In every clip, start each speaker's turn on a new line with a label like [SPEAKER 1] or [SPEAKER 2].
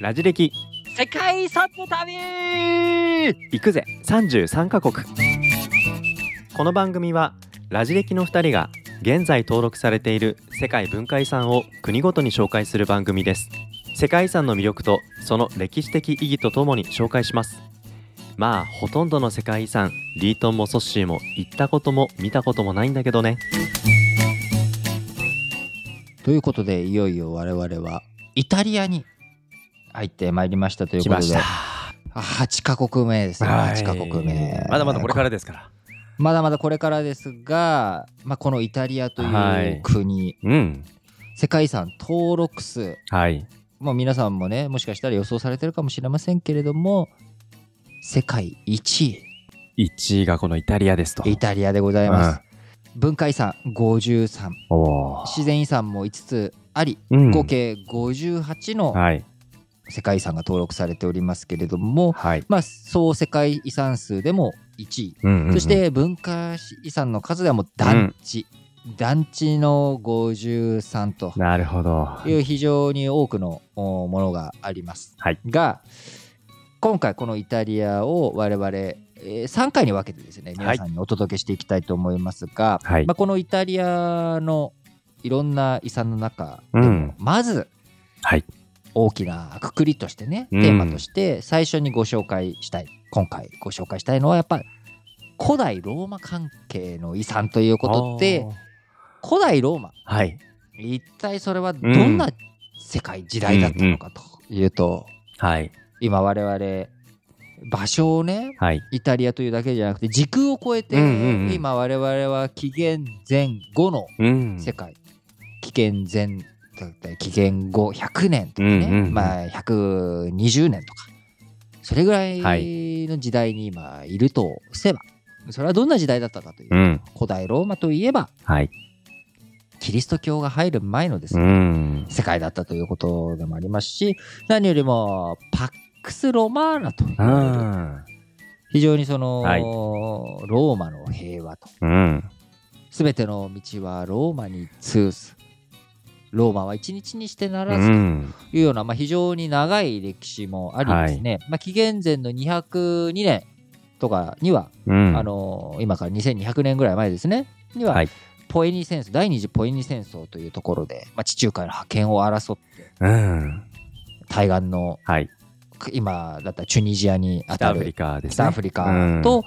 [SPEAKER 1] ラジ歴
[SPEAKER 2] 世界遺産の旅
[SPEAKER 1] 行くぜ33カ国この番組はラジ歴の2人が現在登録されている世界文化遺産を国ごとに紹介する番組です世界遺産の魅力とその歴史的意義とともに紹介しますまあほとんどの世界遺産リートンもソッシーも行ったことも見たこともないんだけどね
[SPEAKER 3] ということでいよいよ我々はイタリアに入ってまいりましたということで8カ国目ですね
[SPEAKER 4] はい
[SPEAKER 3] 8カ国目
[SPEAKER 4] まだまだこれからですから。
[SPEAKER 3] まだまだこれからですが、まあ、このイタリアと
[SPEAKER 1] は
[SPEAKER 3] いう
[SPEAKER 1] い
[SPEAKER 3] 国、
[SPEAKER 4] うん。
[SPEAKER 3] 世界遺産登録数
[SPEAKER 4] はい。
[SPEAKER 3] もう皆さんもねもしかしたら予想されてるかもしれませんけれども世界1位
[SPEAKER 4] 1位がこのイタリアですと。
[SPEAKER 3] イタリアでございます、文化遺産53
[SPEAKER 4] おおー。
[SPEAKER 3] 自然遺産も5つあり
[SPEAKER 4] うん
[SPEAKER 3] 合計58の
[SPEAKER 4] はい。
[SPEAKER 3] 世界遺産が登録されておりますけれども、
[SPEAKER 4] はい。
[SPEAKER 3] まあ、総世界遺産数でも1位、
[SPEAKER 4] うんうんうん
[SPEAKER 3] そして文化遺産の数ではもう団地、団地の53と
[SPEAKER 4] なるほど。
[SPEAKER 3] いう非常に多くのおものがあります、
[SPEAKER 4] はい
[SPEAKER 3] が今回このイタリアを我々、えー3回に分けてですね皆さんにお届けしていきたいと思いますが、
[SPEAKER 4] はい
[SPEAKER 3] まあ、このイタリアのいろんな遺産の中でも、
[SPEAKER 4] うん
[SPEAKER 3] まず
[SPEAKER 4] はい。
[SPEAKER 3] 大きなくくりとしてねテ
[SPEAKER 4] うん
[SPEAKER 3] ーマとして最初にご紹介したい、今回ご紹介したいのはやっぱ古代ローマ関係の遺産ということで古代ローマ
[SPEAKER 4] あー、はい。
[SPEAKER 3] 一体それはどんな世界時代だったのかというと、
[SPEAKER 4] はい。
[SPEAKER 3] 今我々場所をね
[SPEAKER 4] はい。
[SPEAKER 3] イタリアというだけじゃなくて時空を超えて、
[SPEAKER 4] うんうんうん
[SPEAKER 3] 今我々は紀元前後の
[SPEAKER 4] うん
[SPEAKER 3] 世界、紀元前だったり紀元後100年とか
[SPEAKER 4] う
[SPEAKER 3] ね、
[SPEAKER 4] んうんうん
[SPEAKER 3] まあ120年とかそれぐらい
[SPEAKER 4] は
[SPEAKER 3] の時代に今いるとすれば、それはどんな時代だったかという、
[SPEAKER 4] うん。
[SPEAKER 3] 古代ローマといえば
[SPEAKER 4] はい。
[SPEAKER 3] キリスト教が入る前のです
[SPEAKER 4] う
[SPEAKER 3] ね、
[SPEAKER 4] ん。
[SPEAKER 3] 世界だったということでもありますし何よりもパックス・ロマーナと
[SPEAKER 4] う
[SPEAKER 3] 言われる
[SPEAKER 4] ん。
[SPEAKER 3] 非常にその、
[SPEAKER 4] はい
[SPEAKER 3] ローマの平和と
[SPEAKER 4] うん。
[SPEAKER 3] 全ての道はローマに通すローマは一日にしてな
[SPEAKER 4] う
[SPEAKER 3] らずと
[SPEAKER 4] ん。
[SPEAKER 3] いうような、まあ、非常に長い歴史もありですね、まあ、紀元前の202年とかには、
[SPEAKER 4] うん。
[SPEAKER 3] あの今から2200年ぐらい前ですねには、
[SPEAKER 4] はい
[SPEAKER 3] ポエニ戦争第二次ポエニ戦争というところで、まあ、地中海の覇権を争って
[SPEAKER 4] うん。
[SPEAKER 3] 対岸の
[SPEAKER 4] はい。
[SPEAKER 3] 今だったらチュニジアに当
[SPEAKER 4] 北
[SPEAKER 3] た
[SPEAKER 4] アフリ
[SPEAKER 3] る
[SPEAKER 4] カですね。
[SPEAKER 3] 北アフリカ
[SPEAKER 4] う
[SPEAKER 3] と、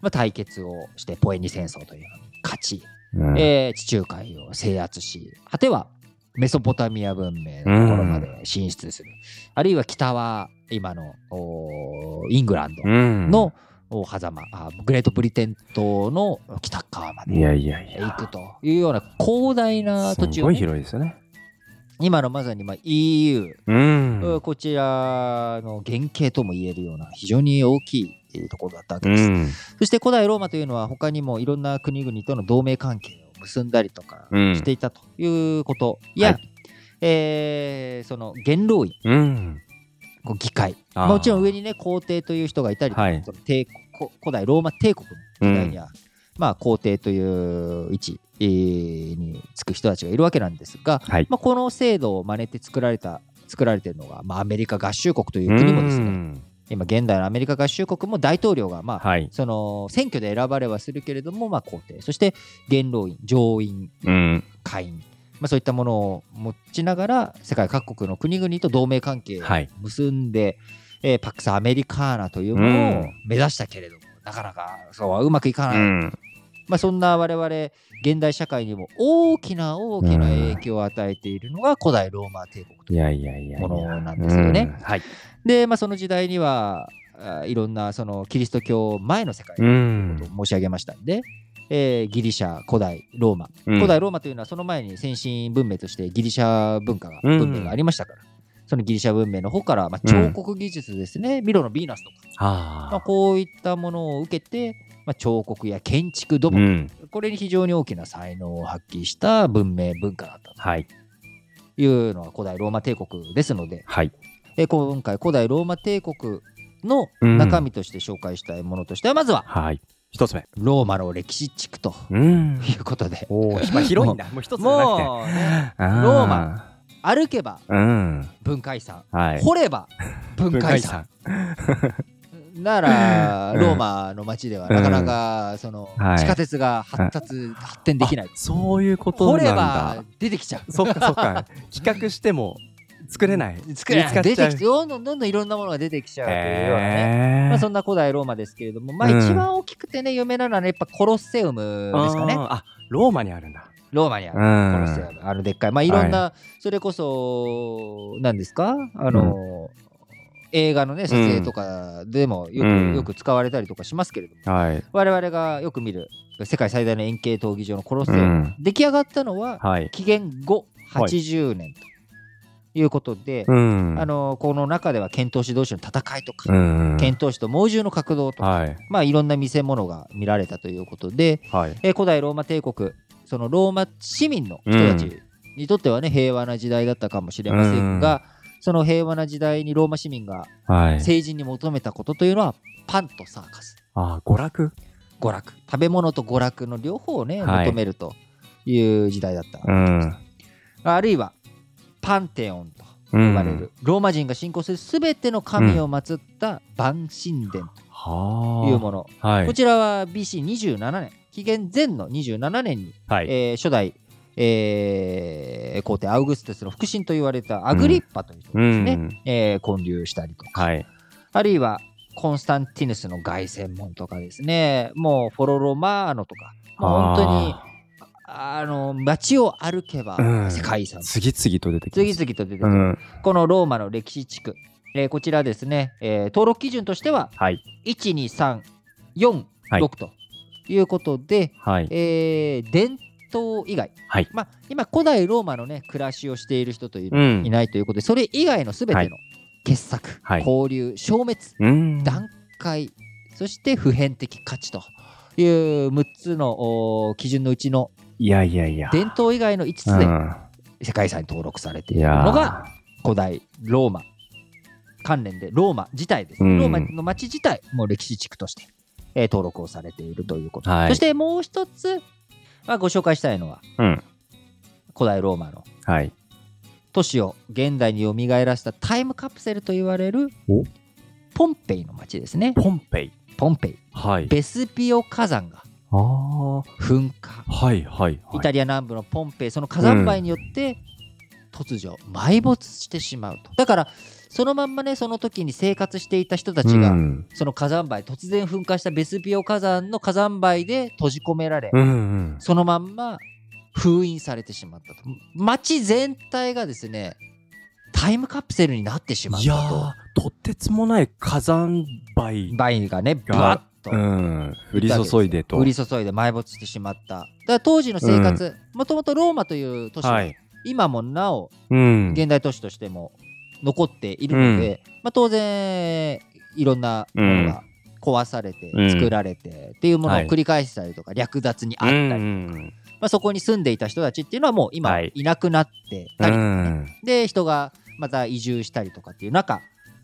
[SPEAKER 3] まあ、対決をしてポエニ戦争というのに勝ち、
[SPEAKER 4] ん、うん
[SPEAKER 3] えー地中海を制圧し果てはメソポタミア文明のところまで進出する、あるいは北は今のおーイングランド
[SPEAKER 4] うん
[SPEAKER 3] の、お狭間あグレートブリテン島の北側ま
[SPEAKER 4] い
[SPEAKER 3] で
[SPEAKER 4] やいやいや。
[SPEAKER 3] 行くというような広大な土
[SPEAKER 4] す
[SPEAKER 3] 地を
[SPEAKER 4] ごい
[SPEAKER 3] ね、
[SPEAKER 4] 広いですよね。
[SPEAKER 3] 今のまさにまあ EU
[SPEAKER 4] うん。
[SPEAKER 3] こちらの原型とも言えるような非常に大きいえーところだったわけ
[SPEAKER 4] う
[SPEAKER 3] です、
[SPEAKER 4] ん。
[SPEAKER 3] そして古代ローマというのは他にもいろんな国々との同盟関係を結んだりとか
[SPEAKER 4] うん
[SPEAKER 3] していたということや、
[SPEAKER 4] は
[SPEAKER 3] えーその元老院
[SPEAKER 4] うん。
[SPEAKER 3] こう議会
[SPEAKER 4] あー
[SPEAKER 3] もちろん上にね皇帝という人がいたりとか、
[SPEAKER 4] はい
[SPEAKER 3] その帝こ古代ローマ帝国の時代には、まあ、皇帝という位置えーにつく人たちがいるわけなんですが、
[SPEAKER 4] はい。
[SPEAKER 3] まあ、この制度を真似て作られた作られているのが、まあ、アメリカ合衆国という国もです
[SPEAKER 4] う
[SPEAKER 3] ね
[SPEAKER 4] ん
[SPEAKER 3] 今現代のアメリカ合衆国も大統領が、まあ
[SPEAKER 4] はい。
[SPEAKER 3] その選挙で選ばれはするけれども、まあ、皇帝そして元老院上院
[SPEAKER 4] うん。
[SPEAKER 3] 下院、まあ、そういったものを持ちながら世界各国の国々と同盟関係を
[SPEAKER 4] はい
[SPEAKER 3] 結んで、えーパックスアメリカーナというもの
[SPEAKER 4] う
[SPEAKER 3] を
[SPEAKER 4] ん
[SPEAKER 3] 目指したけれども、なかなかそうはうまくいか
[SPEAKER 4] う
[SPEAKER 3] ない、
[SPEAKER 4] ん。
[SPEAKER 3] まあ、そんな我々現代社会にも大きな大きな影響を与えているのが古代ローマ帝国と
[SPEAKER 4] いやいやいやいや。
[SPEAKER 3] ものなんですよね
[SPEAKER 4] うんはい。
[SPEAKER 3] で、まあ、その時代にはあいろんなそのキリスト教前の世界
[SPEAKER 4] う
[SPEAKER 3] の
[SPEAKER 4] ん
[SPEAKER 3] ことを申し上げましたんで、えーギリシャ古代ローマ古代ローマというのはその前に先進文明としてギリシャ文化が、
[SPEAKER 4] うん
[SPEAKER 3] 文明がありましたから。そのギリシャ文明の方から、まあ、彫刻技術ですね、ミロのヴィーナスとか、
[SPEAKER 4] は
[SPEAKER 3] まあ、こういったものを受けて、まあ、彫刻や建築土木、
[SPEAKER 4] うん。
[SPEAKER 3] これに非常に大きな才能を発揮した文明文化だった
[SPEAKER 4] はい。
[SPEAKER 3] というのは古代ローマ帝国ですので、
[SPEAKER 4] はい。
[SPEAKER 3] え今回古代ローマ帝国の中身として紹介したいものとしては、まずは
[SPEAKER 4] はい。一つ目。
[SPEAKER 3] ローマの歴史地区と
[SPEAKER 4] うん
[SPEAKER 3] いうことで、
[SPEAKER 4] おお、まあ広いんだ。もう一つじゃなくて。
[SPEAKER 3] もうね、
[SPEAKER 4] あー
[SPEAKER 3] ローマ。歩けば
[SPEAKER 4] うん。
[SPEAKER 3] 文化遺産、
[SPEAKER 4] はい。
[SPEAKER 3] 掘れ ば文化遺産。なら、
[SPEAKER 4] うん
[SPEAKER 3] ローマの街ではなかなかその
[SPEAKER 4] はい
[SPEAKER 3] 地下鉄が発達、発展できない
[SPEAKER 4] あ。そういうこと
[SPEAKER 3] 掘
[SPEAKER 4] なん
[SPEAKER 3] れば
[SPEAKER 4] だ。
[SPEAKER 3] 出てきちゃう。
[SPEAKER 4] そっかそっか。 企画しても作れない。
[SPEAKER 3] 作れな
[SPEAKER 4] 見つ
[SPEAKER 3] い出
[SPEAKER 4] か
[SPEAKER 3] て
[SPEAKER 4] っ
[SPEAKER 3] き
[SPEAKER 4] ち
[SPEAKER 3] て、どんどんどんどんいろんなものが出てきちゃ
[SPEAKER 4] ゃ
[SPEAKER 3] う
[SPEAKER 4] う。
[SPEAKER 3] というようなね。
[SPEAKER 4] へ
[SPEAKER 3] まあ、
[SPEAKER 4] ー
[SPEAKER 3] そんな古代ローマですけれども、まあ、
[SPEAKER 4] うん
[SPEAKER 3] 一番大きくてね、有名なのはね、やっぱコロッセウムですか
[SPEAKER 4] あ
[SPEAKER 3] ね。
[SPEAKER 4] ーあ、ローマにあるんだ。
[SPEAKER 3] ローマにある、
[SPEAKER 4] うん
[SPEAKER 3] コロッセウム。あのでっかい。まあ、いろんな、それこそ、何ですかあの、映画のね、撮影とかでもよく,、
[SPEAKER 4] うん
[SPEAKER 3] よく使われたりとかしますけれども、
[SPEAKER 4] はい。
[SPEAKER 3] 我々がよく見る世界最大の円形闘技場のコロッセウ
[SPEAKER 4] う
[SPEAKER 3] ム。
[SPEAKER 4] ん。
[SPEAKER 3] 出来上がったのは、
[SPEAKER 4] はい。
[SPEAKER 3] 紀元後80年ということで、
[SPEAKER 4] うん。
[SPEAKER 3] あのこの中では剣闘士同士の戦いとか、
[SPEAKER 4] うん。
[SPEAKER 3] 剣闘士と猛獣の格闘とか、
[SPEAKER 4] はい。
[SPEAKER 3] まあ、いろんな見せ物が見られたということで、
[SPEAKER 4] はい。
[SPEAKER 3] えー古代ローマ帝国そのローマ市民の人たちにとってはね、平和な時代だったかもしれませんが、その平和な時代にローマ市民が
[SPEAKER 4] はい。
[SPEAKER 3] 成人に求めたことというのはパンとサーカス
[SPEAKER 4] あー、娯楽
[SPEAKER 3] 娯楽食べ物と娯楽の両方をね
[SPEAKER 4] はい
[SPEAKER 3] 求めるという時代だった、
[SPEAKER 4] うん。
[SPEAKER 3] あるいはパンテオンと
[SPEAKER 4] う
[SPEAKER 3] 呼
[SPEAKER 4] ん。
[SPEAKER 3] ばれる、。ローマ人が信仰する全ての神を祀った万神殿という
[SPEAKER 4] は
[SPEAKER 3] もの、
[SPEAKER 4] あ。は
[SPEAKER 3] こ
[SPEAKER 4] い。
[SPEAKER 3] ちらは BC27 年、紀元前の27年に、
[SPEAKER 4] はい。
[SPEAKER 3] えー初代、えー皇帝アウグステスの腹心と言われたアグリッパという人がですね、
[SPEAKER 4] うん。
[SPEAKER 3] えー建立したりとか、
[SPEAKER 4] はい。
[SPEAKER 3] あるいはコンスタンティヌスの凱旋門とかですね、もうフォロロマーノとか、もう本当に
[SPEAKER 4] あ
[SPEAKER 3] あの街を歩けば
[SPEAKER 4] うん
[SPEAKER 3] 世界遺産、
[SPEAKER 4] ー次々と出てき
[SPEAKER 3] 次
[SPEAKER 4] ます。
[SPEAKER 3] 々と出てく
[SPEAKER 4] う
[SPEAKER 3] る、
[SPEAKER 4] ん。
[SPEAKER 3] このローマの歴史地区、えーこちらですね、えー登録基準としては
[SPEAKER 4] はい。
[SPEAKER 3] 1234、4
[SPEAKER 4] はい
[SPEAKER 3] 6ということで、
[SPEAKER 4] はい。
[SPEAKER 3] えー伝統以外、
[SPEAKER 4] はい
[SPEAKER 3] まあ、今古代ローマの、ね、暮らしをしている人とい,、
[SPEAKER 4] うん
[SPEAKER 3] いないということでそれ以外のすべ
[SPEAKER 4] は
[SPEAKER 3] て
[SPEAKER 4] い
[SPEAKER 3] の傑作、
[SPEAKER 4] はい
[SPEAKER 3] 交流消滅
[SPEAKER 4] うん。
[SPEAKER 3] 段階そして普遍的価値という6つのおー基準のうちの
[SPEAKER 4] いやいやいや。
[SPEAKER 3] 伝統以外の5つで
[SPEAKER 4] うん
[SPEAKER 3] 世界遺産に登録されてい
[SPEAKER 4] い
[SPEAKER 3] る
[SPEAKER 4] や
[SPEAKER 3] のが
[SPEAKER 4] ー
[SPEAKER 3] 古代ローマ関連でローマ自体です、
[SPEAKER 4] うん
[SPEAKER 3] ローマの町自体も歴史地区として、えー登録をされているということ、
[SPEAKER 4] はい
[SPEAKER 3] そしてもう一つ、まあ、ご紹介したいのは
[SPEAKER 4] うん。
[SPEAKER 3] 古代ローマの
[SPEAKER 4] はい。
[SPEAKER 3] 都市を現代によみがえらせたタイムカプセルと言われる
[SPEAKER 4] お
[SPEAKER 3] ポンペイの町ですね
[SPEAKER 4] ポンペイ。
[SPEAKER 3] ポンペイ
[SPEAKER 4] はい。
[SPEAKER 3] ベスピオ火山が
[SPEAKER 4] ああ。
[SPEAKER 3] 噴火
[SPEAKER 4] はいはいはい。
[SPEAKER 3] イタリア南部のポンペイその火山灰によって突如埋没してしまうとだからそのまんまねその時に生活していた人たちが、
[SPEAKER 4] うん。
[SPEAKER 3] その火山灰突然噴火したベスピオ火山の火山灰で閉じ込められ、
[SPEAKER 4] うんうん。
[SPEAKER 3] そのまんま封印されてしまったと街全体がですねタイムカプセルになってしまっ
[SPEAKER 4] いや
[SPEAKER 3] たと
[SPEAKER 4] ー、とてつもない火山灰
[SPEAKER 3] 灰がねバッ
[SPEAKER 4] う
[SPEAKER 3] と
[SPEAKER 4] ん。降り注いでと。
[SPEAKER 3] 降り注いで埋没してしまっただから当時の生活もともとローマという都市は、
[SPEAKER 4] はい。
[SPEAKER 3] 今もなお
[SPEAKER 4] うん。
[SPEAKER 3] 現代都市としても残っているので、まあ、当然いろんなものが壊されて
[SPEAKER 4] うん
[SPEAKER 3] 作られてっていうものを
[SPEAKER 4] はい
[SPEAKER 3] 繰り返したりとか略奪にあ
[SPEAKER 4] う
[SPEAKER 3] っ
[SPEAKER 4] ん
[SPEAKER 3] た
[SPEAKER 4] う
[SPEAKER 3] り、
[SPEAKER 4] ん
[SPEAKER 3] まあ、そこに住んでいた人たちっていうのはもう今
[SPEAKER 4] はい
[SPEAKER 3] いなくなって
[SPEAKER 4] う
[SPEAKER 3] たり、
[SPEAKER 4] ん。
[SPEAKER 3] で人がまた移住したりとかっていう中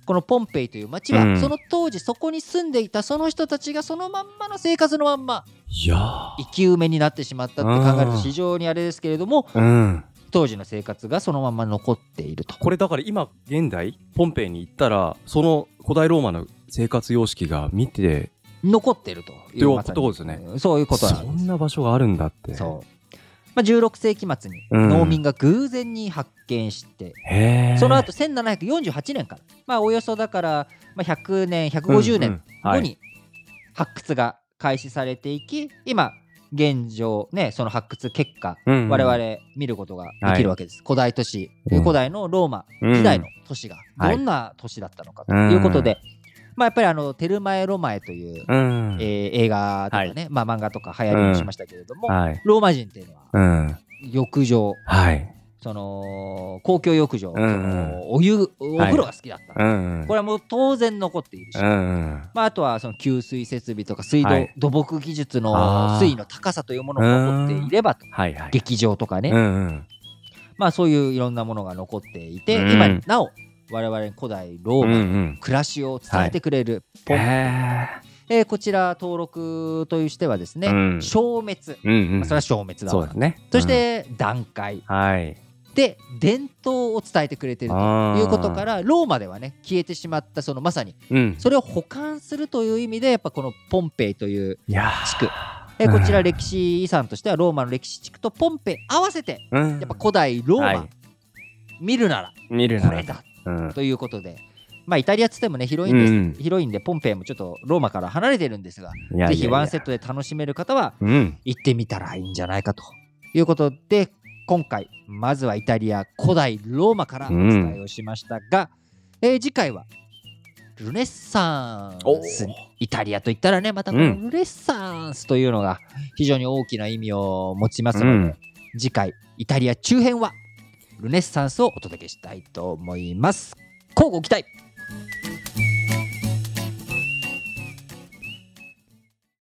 [SPEAKER 3] このポンペイという町
[SPEAKER 4] うん
[SPEAKER 3] はその当時そこに住んでいたその人たちがそのまんまの生活のまんま
[SPEAKER 4] いやー。
[SPEAKER 3] 生き埋めになってしまったって考える
[SPEAKER 4] う
[SPEAKER 3] と
[SPEAKER 4] ん
[SPEAKER 3] 非常にあれですけれども
[SPEAKER 4] うん。
[SPEAKER 3] 当時の生活がそのまんま残っていると。
[SPEAKER 4] これだから今現代ポンペイに行ったらその古代ローマの生活様式が見て
[SPEAKER 3] 残ってるとい
[SPEAKER 4] と
[SPEAKER 3] う
[SPEAKER 4] いう
[SPEAKER 3] まさに
[SPEAKER 4] ことですね
[SPEAKER 3] うんそういうことな
[SPEAKER 4] そ
[SPEAKER 3] んです
[SPEAKER 4] んな場所があるんだって
[SPEAKER 3] そうまあ、16世紀末に
[SPEAKER 4] うん
[SPEAKER 3] 農民が偶然に発見して、
[SPEAKER 4] へえ
[SPEAKER 3] その後1748年から、まあ、およそだから、まあ、100年150年後に発掘が開始されていき今現状ねその発掘結果
[SPEAKER 4] 我
[SPEAKER 3] 我々見ることができるわけです、古代都市、
[SPEAKER 4] うん
[SPEAKER 3] 古代のローマ時代の都市が
[SPEAKER 4] うん
[SPEAKER 3] どんな都市だったのかということで、まあ、やっぱりあのテルマエ・ロマエという
[SPEAKER 4] うん
[SPEAKER 3] えー映画とかね、まあ、漫画とか流行りもしましたけれども、
[SPEAKER 4] はい
[SPEAKER 3] ローマ人っていうのは
[SPEAKER 4] うん
[SPEAKER 3] 浴場
[SPEAKER 4] はい
[SPEAKER 3] その公共浴場、
[SPEAKER 4] うんうん
[SPEAKER 3] そのお湯お風呂が好きだった、
[SPEAKER 4] うん
[SPEAKER 3] これはもう当然残っているし、
[SPEAKER 4] うん
[SPEAKER 3] まあ、あとはその給水設備とか水道、
[SPEAKER 4] はい
[SPEAKER 3] 土木技術の
[SPEAKER 4] あー
[SPEAKER 3] 水位の高さというものが残っていればと
[SPEAKER 4] はいはい
[SPEAKER 3] 劇場とかね、
[SPEAKER 4] うんうん
[SPEAKER 3] まあ、そういういろんなものが残っていて、
[SPEAKER 4] うん
[SPEAKER 3] 今なお我々古代ロー
[SPEAKER 4] うんう
[SPEAKER 3] マの
[SPEAKER 4] ん
[SPEAKER 3] 暮らしを伝えてくれるポン、
[SPEAKER 4] へ
[SPEAKER 3] えーこちら登録としてはですね、
[SPEAKER 4] うん
[SPEAKER 3] 消滅
[SPEAKER 4] えうんう
[SPEAKER 3] まあ
[SPEAKER 4] ん
[SPEAKER 3] それは消滅だ
[SPEAKER 4] そう
[SPEAKER 3] わ
[SPEAKER 4] ですね
[SPEAKER 3] そして段
[SPEAKER 4] う
[SPEAKER 3] 階
[SPEAKER 4] んはい
[SPEAKER 3] で伝統を伝えてくれているということからローマではね消えてしまったそのまさに
[SPEAKER 4] うん。
[SPEAKER 3] それを保管するという意味でやっぱこのポンペイという
[SPEAKER 4] いや
[SPEAKER 3] 地区えこちら歴史遺産としてはローマの歴史地区とポンペイ合わせて
[SPEAKER 4] ー、うん
[SPEAKER 3] やっぱ古代ローマ、
[SPEAKER 4] はい
[SPEAKER 3] 見るな
[SPEAKER 4] 見る
[SPEAKER 3] ら
[SPEAKER 4] な
[SPEAKER 3] こ
[SPEAKER 4] ら
[SPEAKER 3] れ。だ
[SPEAKER 4] うん。
[SPEAKER 3] ということで、まあ、イタリアっつってもね広いんです、
[SPEAKER 4] うん
[SPEAKER 3] 広いんでポンペイもちょっとローマから離れてるんですが
[SPEAKER 4] いや
[SPEAKER 3] ぜひワン
[SPEAKER 4] セ
[SPEAKER 3] セットで楽しめる方は
[SPEAKER 4] うん。
[SPEAKER 3] 行ってみたらいいんじゃないかということで今回まずはイタリア古代ローマからお伝えをしましたが、えー次回はルネッサ
[SPEAKER 4] お
[SPEAKER 3] ンスイタリアといったらねまたこ
[SPEAKER 4] う
[SPEAKER 3] のルネッサンスというのが非常に大きな意味を持ちますので、
[SPEAKER 4] うん
[SPEAKER 3] 次回イタリア中編はルネッサンスをお届けしたいと思います。乞うご期待